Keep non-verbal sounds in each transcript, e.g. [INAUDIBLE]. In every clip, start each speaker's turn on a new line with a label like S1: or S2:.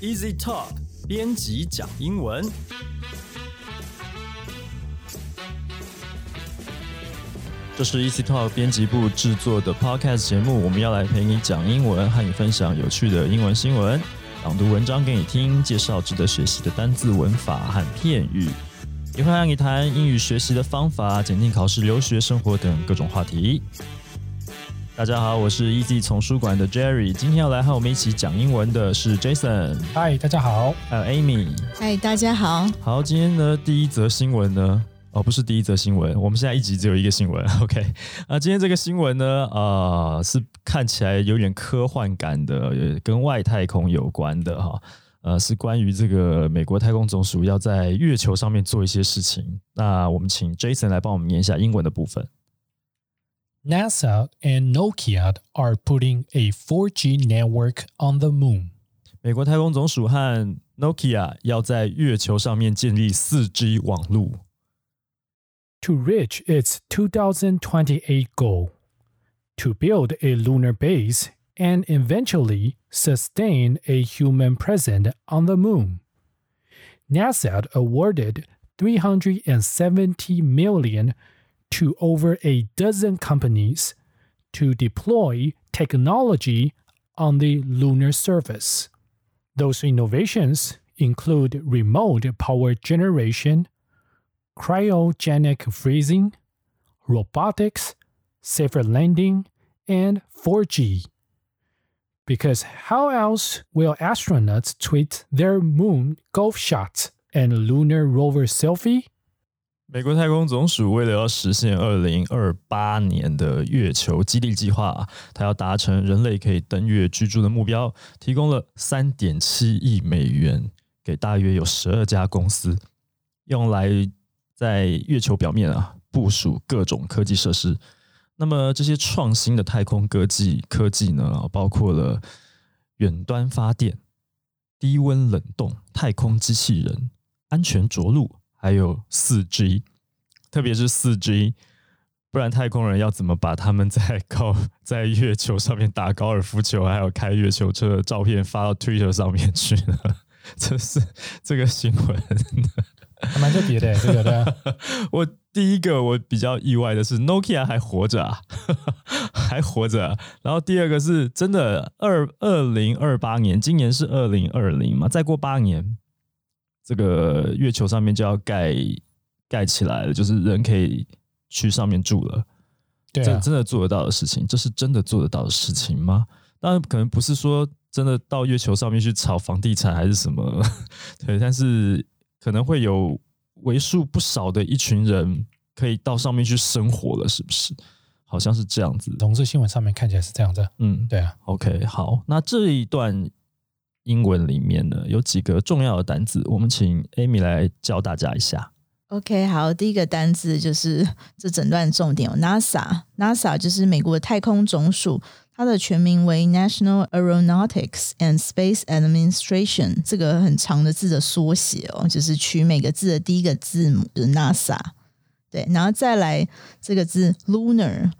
S1: Easy Talk 编辑讲英文。这是 Easy Talk 编辑部制作的 Podcast 节目，我们要来陪你讲英文，和你分享有趣的英文新闻，朗读文章给你听，介绍值得学习的单字、文法和片语，也会和你谈英语学习的方法、检定考试、留学、生活等各种话题。大家好，我是 EZ 丛书馆的 Jerry，今天要来和我们一起讲英文的是 Jason，
S2: 嗨，大家好。
S1: 还有呃 Amy。
S3: 嗨，哎大家好。
S1: 好，今天呢，第一则新闻呢，哦，不是第一则新闻，我们现在一集只有一个新闻 [LAUGHS] ，OK？啊，今天这个新闻呢，呃，是看起来有点科幻感的，呃跟外太空有关的哈。呃，是关于这个美国太空总署要在月球上面做一些事情。那我们请 Jason 来帮我们念一下英文的部分。
S2: NASA and Nokia are putting a 4G network on the moon.
S1: 美国太空总署和 Nokia 要在月球上面建立 4G 网路。
S2: to reach its 2028 goal to build a lunar base and eventually sustain a human presence on the moon. NASA awarded 370 million to over a dozen companies to deploy technology on the lunar surface. Those innovations include remote power generation, cryogenic freezing, robotics, safer landing, and 4G. Because how else will astronauts tweet their moon golf shots and lunar rover selfie?
S1: 美国太空总署为了要实现二零二八年的月球基地计划，它要达成人类可以登月居住的目标，提供了三点七亿美元给大约有十二家公司，用来在月球表面啊部署各种科技设施。那么这些创新的太空科技科技呢，包括了远端发电、低温冷冻、太空机器人、安全着陆，还有四 G，特别是四 G，不然太空人要怎么把他们在高 [LAUGHS] 在月球上面打高尔夫球，还有开月球车的照片发到 Twitter 上面去呢？ [LAUGHS] 这是这个新闻。
S2: 还蛮特别的，这个对啊。
S1: [LAUGHS] 我第一个我比较意外的是 Nokia 还活着啊， [LAUGHS] 还活着啊、然后第二个是真的二二零二八年，今年是二零二零嘛，再过八年，这个月球上面就要盖盖起来了，就是人可以去上面住了。这
S2: 对啊，
S1: 真的做得到的事情，这是真的做得到的事情吗？当然，可能不是说真的到月球上面去炒房地产还是什么， [LAUGHS] 对，但是可能会有为数不少的一群人可以到上面去生活了，是不是？好像是这样子。
S2: 同志新闻上面看起来是这样子。对啊。
S1: 嗯，OK，好，那这一段英文里面呢，有几个重要的单词，我们请 Amy 来教大家一下。
S3: OK，好，第一个单字就是 [LAUGHS] 这整段重点、哦、，NASA。NASA 就是美国太空总署，它的全名为 National Aeronautics and Space Administration，这个很长的字的缩写哦，就是取每个字的第一个字母就是 NASA。对，然后再来这个字 lunar。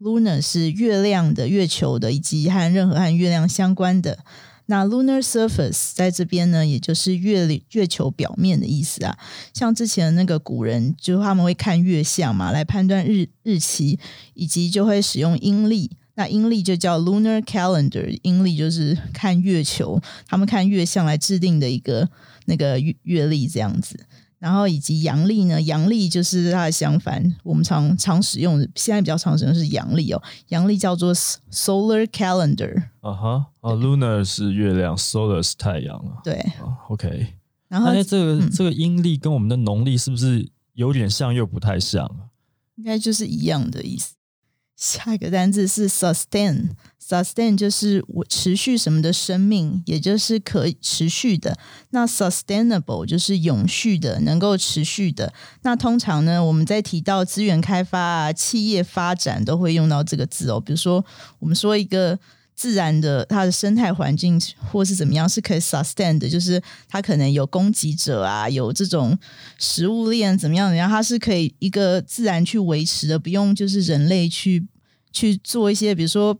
S3: Lunar 是月亮的、月球的，以及和任何和月亮相关的。那 lunar surface 在这边呢，也就是月里月球表面的意思啊。像之前那个古人，就他们会看月相嘛，来判断日日期，以及就会使用阴历。那阴历就叫 lunar calendar，阴历就是看月球，他们看月相来制定的一个那个月月历这样子。然后以及阳历呢，阳历就是它的相反，我们常常使用的，现在比较常使用的是阳历哦，阳历叫做 solar calendar，
S1: 啊哈，哦，Lunar 是月亮，Solar 是太阳啊。
S3: 对，
S1: 啊 OK，
S3: 然后
S1: 那这个、
S3: 嗯
S1: 这个阴历跟我们的农历是不是有点像又不太像啊？
S3: 应该就是一样的意思。下一个单字是 sustain，sustain 就是我持续什么的生命，也就是可以持续的。那 sustainable 就是永续的，能够持续的。那通常呢，我们在提到资源开发啊、企业发展都会用到这个字哦。比如说，我们说一个自然的它的生态环境或是怎么样是可以 sustain 的，就是它可能有供给者啊，有这种食物链怎么样怎么样，它是可以一个自然去维持的，不用就是人类去去做一些，比如说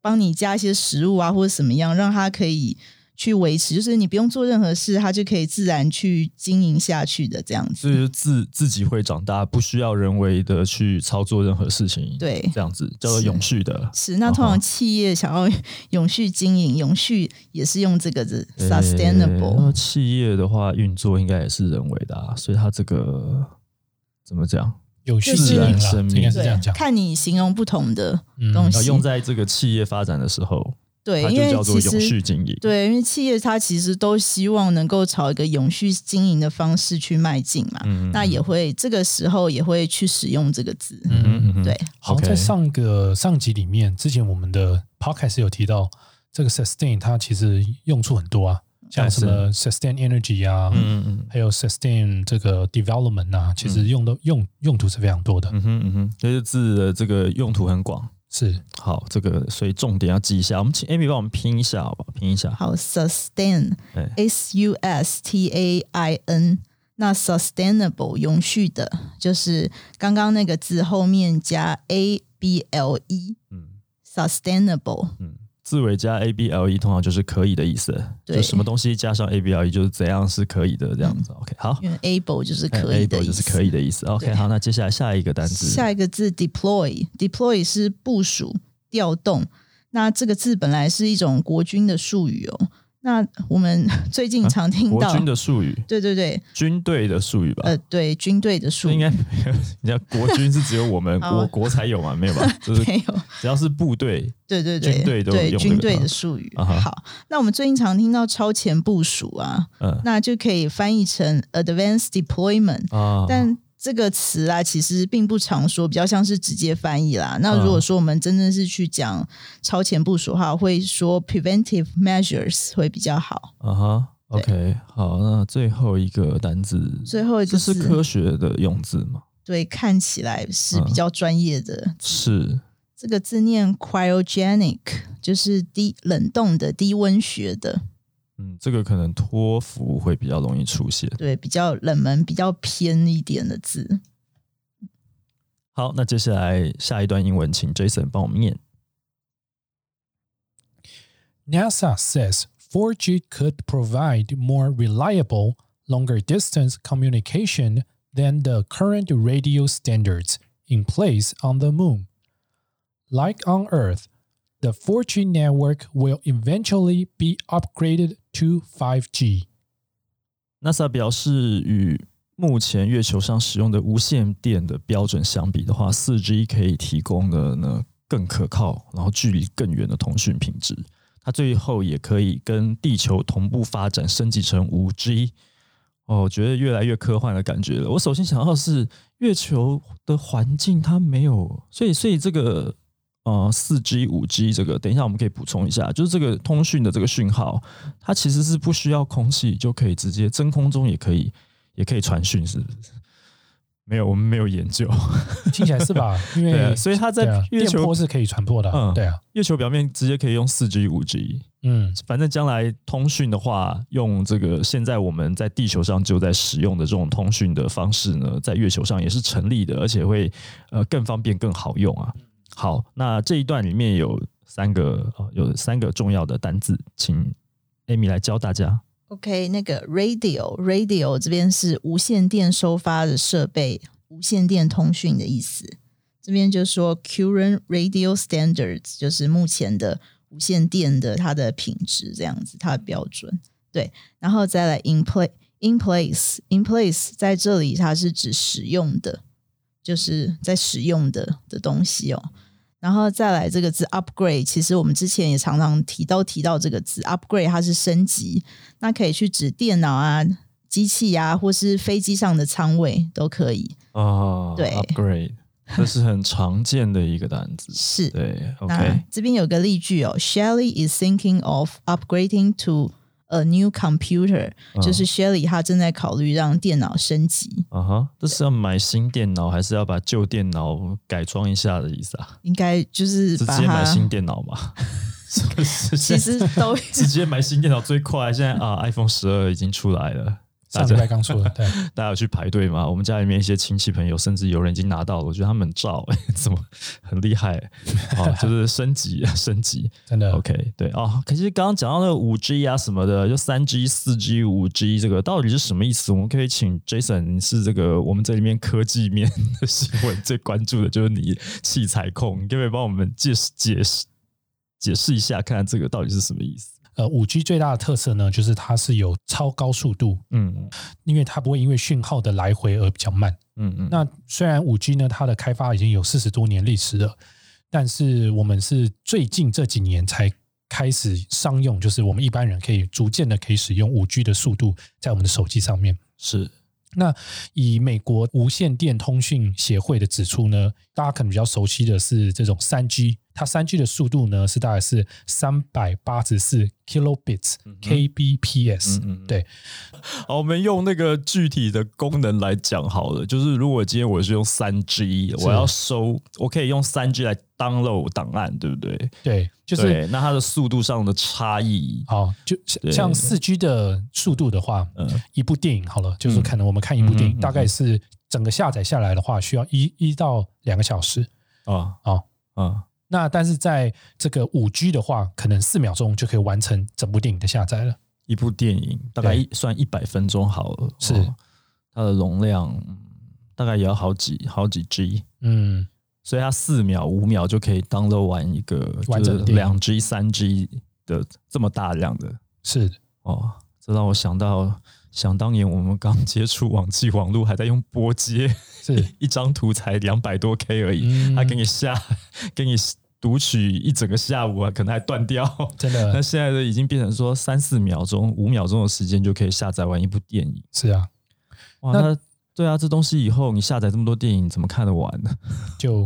S3: 帮你加一些食物啊或者怎么样，让它可以。去维持，就是你不用做任何事，它就可以自然去经营下去的这样
S1: 就
S3: 子。
S1: 是自自己会长大，不需要人为的去操作任何事情，
S3: 对
S1: 这样子叫做
S3: 是
S1: 永续的。
S3: 是，那
S1: 嗯
S3: 通常
S1: 哼
S3: 企业想要永续经营，永续也是用这个字 sustainable。
S1: 诶那企业的话，运作应该也是人为的、啊，所以它这个怎么讲？
S2: 有续
S3: 就是
S2: 经营啦，
S1: 生命
S2: 应该是这
S3: 对
S2: 样讲，。
S3: 看你形容不同的
S2: 嗯
S3: 东
S1: 要
S3: 西
S1: 用在这个企业发展的时候，
S3: 对，
S1: 它就
S3: 因为
S1: 叫做
S3: 其
S1: 永续
S3: 实
S1: 经营。
S3: 对，因为企业它其实都希望能够朝一个永续经营的方式去迈进嘛，
S1: 嗯，嗯
S3: 那也会这个时候也会去使用这个字。
S1: 嗯嗯嗯嗯
S3: 对，
S2: 好像
S1: OK
S2: 在上个上集里面，之前我们的 podcast 有提到这个 sustain，它其实用处很多啊，像什么 sustain energy 啊，
S1: 嗯嗯嗯嗯。
S2: 还有 sustain 这个 development 啊，其实用的、用用途是非常多的。
S1: 嗯哼嗯哼，就是字的这个用途很广。
S2: 是
S1: 好，这个所以重点要记一下。我们请 Amy 帮我们拼一下，好不好？拼一下。哎
S3: 好，sustain
S1: 对
S3: S U S T A I N，那 sustainable 永续的，就是刚刚那个字后面加 A B L E
S1: 嗯
S3: sustainable。
S1: 嗯，字尾加 A B L E 通常就是可以的意思，
S3: 对嗯
S1: 就什么东西加上 A B L E 就是怎样是可以的这样子。OK，好
S3: 因为 able 就是
S1: 哎
S3: 可以的
S1: ，able
S3: 意
S1: 就是
S3: 思。
S1: 可以的意思。OK，
S3: 对
S1: 好，那接下来下一个单词，
S3: 下一个字 deploy，deploy 是部署、调动。那这个字本来是一种国军的术语哦。那
S1: [LAUGHS]
S3: 我们最近常听
S1: 啊国
S3: 到，
S1: 军的术语，
S3: 对对对，
S1: 军队的术语吧。
S3: 呃，对，军队的术
S1: 应
S3: 语
S1: 该没有，人家国军是只有我们
S3: [LAUGHS] 好
S1: 国国才有嘛？没有
S3: [LAUGHS]
S1: 吧？就是
S3: 没有。
S1: 只要是部队，
S3: 对对对，
S1: 军队都有
S3: 对
S1: 用这个
S3: 军队
S1: 啊
S3: 的术语。
S1: 啊哈
S3: 好，那我们最近常听到超前部署啊，
S1: 嗯
S3: 那就可以翻译成 advanced deployment，、
S1: 啊，
S3: 但这个词啊，其实并不常说，比较像是直接翻译啦。那
S1: 嗯
S3: 如果说我们真正是去讲超前部署的话，会说 preventive measures 会比较好。
S1: 啊哈
S3: 对
S1: ，OK，好，那最后一个单字，
S3: 最后一
S1: 这
S3: 个
S1: 是
S3: 字，
S1: 科学的用字吗？
S3: 对，看起来是
S1: 嗯
S3: 比较专业的。
S1: 是，
S3: 这个字念 cryogenic，就是低冷冻的、低温学的，
S1: 嗯，这个可能托福会比较容易出现。
S3: 对，比较冷门、比较偏一点的字。
S1: 好，那接下来下一段英文，请 Jason 帮我们念。
S2: NASA says 4G could provide more reliable, longer distance communication than the current radio standards in place on the moon. Like on Earth, the 4G network will eventually be upgraded to
S1: [LAUGHS]
S2: 5G.
S1: NASA 表示，与目前月球上使用的无线电的标准相比的话，四 G 可以提供的呢更可靠，然后距离更远的通讯品质。它最后也可以跟地球同步发展，升级成五 G。哦，我觉得越来越科幻的感觉了。我首先想到的是月球的环境，它没有，所以所以这个呃四 G、五 G 这个，等一下我们可以补充一下，就是这个通讯的这个讯号，它其实是不需要空气就可以直接真空中也可以也可以传讯，是不是？没有，我们没有研究。
S2: 听起来是吧？因为
S1: 对啊，所以它在
S2: 对啊，
S1: 月球
S2: 电波是可以传播的，
S1: 嗯。
S2: 对啊，
S1: 月球表面直接可以用四 G、五 G，
S2: 嗯，
S1: 反正将来通讯的话，用这个现在我们在地球上就在使用的这种通讯的方式呢，在月球上也是成立的，而且会呃更方便、更好用啊。好，那这一段里面有三个呃有三个重要的单字，请 Amy 来教大家。
S3: OK，那个 radio，radio 这边是无线电收发的设备，无线电通讯的意思。这边就说 current radio standards 就是目前的无线电的它的品质这样子，它的标准。对，然后再来 in play in place in place 在这里它是指使用的，就是在使用的的东西哦。然后再来这个字 upgrade，其实我们之前也常常提到提到这个字 upgrade，它是升级，那可以去指电脑啊、机器啊，或是飞机上的舱位都可以。
S1: 啊，
S3: 对。
S1: ，upgrade，这是很常见的一个单词
S3: 是，
S1: 对
S3: 那
S1: ，OK，
S3: 这边有个例句哦，Shelly is thinking of upgrading to a new computer，、
S1: 嗯
S3: 就是 Shelly 她正在考虑让电脑升级，
S1: 啊哈，这是要买新电脑，还是要把旧电脑改装一下的意思啊？
S3: 应该就是
S1: 直
S3: 把
S1: 接买新
S3: 它
S1: 电脑
S3: [LAUGHS]
S1: 嘛？是不是？
S3: 其实都
S1: 啊直接买新电脑最快，现在啊，iPhone 十二已经出来了，大
S2: 上
S1: 家
S2: 礼拜刚出的，对，
S1: 大家有去排队吗？我们家里面一些亲戚朋友，甚至有人已经拿到了，我觉得他们很照、怎么很厉害、哦，就是升级升级。
S2: 真的
S1: [LAUGHS] OK，对哦，可是刚刚讲到那个五 G 啊什么的，就三 G、四 G、五 G 这个到底是什么意思？我们可以请 Jason 你是这个我们这里面科技面的新闻最关注的就是你器材控，你可不可以帮我们解释解释解释一下，看看这个到底是什么意思？
S2: 呃，五 G 最大的特色呢，就是它是有超高速度，
S1: 嗯
S2: 因为它不会因为讯号的来回而比较慢。
S1: 嗯嗯，
S2: 那虽然五 G 呢，它的开发已经有四十多年历史了，但是我们是最近这几年才开始商用，就是我们一般人可以逐渐的可以使用五 G 的速度在我们的手机上面。
S1: 是
S2: 嗯那以美国无线电通讯协会的指出呢，大家可能比较熟悉的是这种三 G，它三 G 的速度呢是大概是三百八十四 kilobits
S1: 嗯哼
S2: kbps，、
S1: 嗯嗯嗯
S2: 对，
S1: 好，我们用那个具体的功能来讲好了。就是如果今天我是用三 G，
S2: 是
S1: 我要收，我可以用三 G 来 download 档案，对不对？
S2: 对，就是
S1: 对。那它的速度上的差异，
S2: 好，哦就
S1: 对
S2: 像像四 G 的速度的话，
S1: 嗯
S2: 一部电影好了，就是可能我们看一部
S1: 嗯
S2: 电
S1: 嗯
S2: 影，
S1: 嗯
S2: 大概是整个下载下来的话，需要一一到两个小时。
S1: 啊
S2: 哦
S1: 啊，
S2: 那但是在这个五 G 的话，可能四秒钟就可以完成整部电影的下载了。
S1: 一部电影大概一算一百分钟好了，
S2: 是
S1: 哦它的容量嗯大概也要好几好几 G。
S2: 嗯，
S1: 所以它四秒、五秒就可以 download 完一个
S2: 完整的电影
S1: 两 G、三 G 的这么大量的
S2: 是的
S1: 哦，这让我想到，想当年我们刚接触网际网络，还在用拨接， [LAUGHS]
S2: 是
S1: 一张图才两百多 K 而已，
S2: 嗯
S1: 他给你下， [LAUGHS] 给你读取一整个下午啊，可能还断掉。
S2: 真
S1: 那
S2: 的
S1: 现在的已经变成说三四秒钟、五秒钟的时间就可以下载完一部电影，
S2: 是啊，
S1: 哇！
S2: 那
S1: 那对啊，这东西以后你下载这么多电影，怎么看得
S2: [LAUGHS]
S1: 完呢？ [LAUGHS]
S2: 就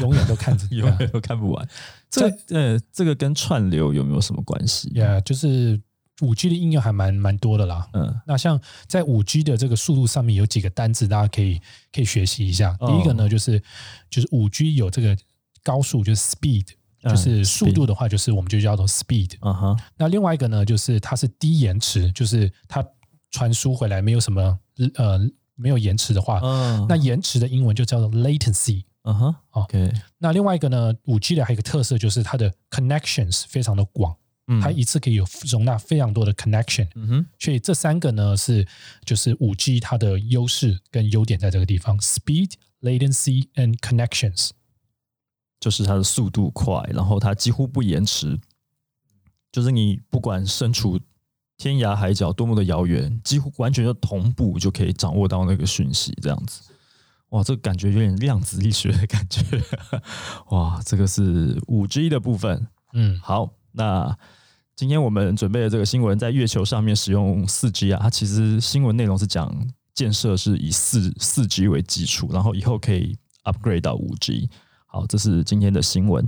S2: 永远都看着。
S1: 永远都看不完。这呃，这个跟串流有没有什么关系？
S2: Yeah，就是五 G 的应用还蛮蛮多的啦。
S1: 嗯
S2: 那像在五 G 的这个速度上面，有几个单字大家可以可以学习一下。
S1: 哦
S2: 第一个呢，就是就是五 G 有这个高速，就是 speed，
S1: 嗯
S2: 就是速度的话，就是我们就叫做 speed。
S1: 啊哈，
S2: 那另外一个呢，就是它是低延迟，就是它传输回来没有什么呃没有延迟的话，
S1: 嗯，
S2: 那延迟的英文就叫做 latency。
S1: 啊哈
S2: 哦
S1: ，OK，
S2: 那另外一个呢，五 G 的还有一个特色就是它的 connections 非常的广，
S1: 嗯
S2: 它一次可以有容纳非常多的 connection。
S1: 嗯哼。
S2: 所以这三个呢是就是五 G 它的优势跟优点在这个地方：speed、latency and connections。
S1: 就是它的速度快，然后它几乎不延迟，就是你不管身处天涯海角多么的遥远，几乎完全就同步就可以掌握到那个讯息，这样子。哇，这个感觉有点量子力学的感觉。 [LAUGHS] 哇，这个是五 G 的部分。
S2: 嗯，
S1: 好，那今天我们准备的这个新闻，在月球上面使用四 G 啊，它其实新闻内容是讲建设是以四四 G 为基础，然后以后可以 upgrade 到五 G。好，这是今天的新闻。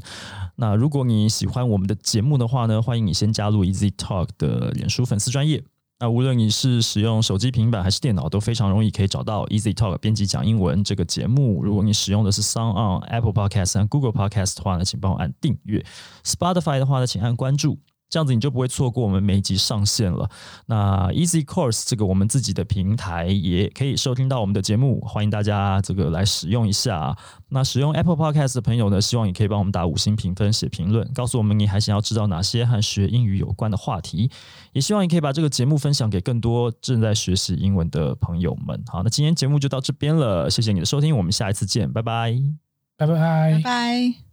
S1: 那如果你喜欢我们的节目的话呢，欢迎你先加入 Easy Talk 的脸书粉丝专业。那无论你是使用手机、平板还是电脑，都非常容易可以找到 Easy Talk 编辑讲英文这个节目。如果你使用的是 Sound on Apple Podcast 和 Google Podcast 的话呢，请帮我按订阅。Spotify 的话呢，请按关注，这样子你就不会错过我们每一集上线了。那 Easy Course 这个我们自己的平台也可以收听到我们的节目，欢迎大家这个来使用一下。那使用 Apple Podcast 的朋友呢，希望也可以帮我们打五星评分、写评论，告诉我们你还想要知道哪些和学英语有关的话题。也希望你可以把这个节目分享给更多正在学习英文的朋友们。好，那今天节目就到这边了，谢谢你的收听，我们下一次见，拜拜。
S2: 拜拜
S3: [LAUGHS] 拜拜。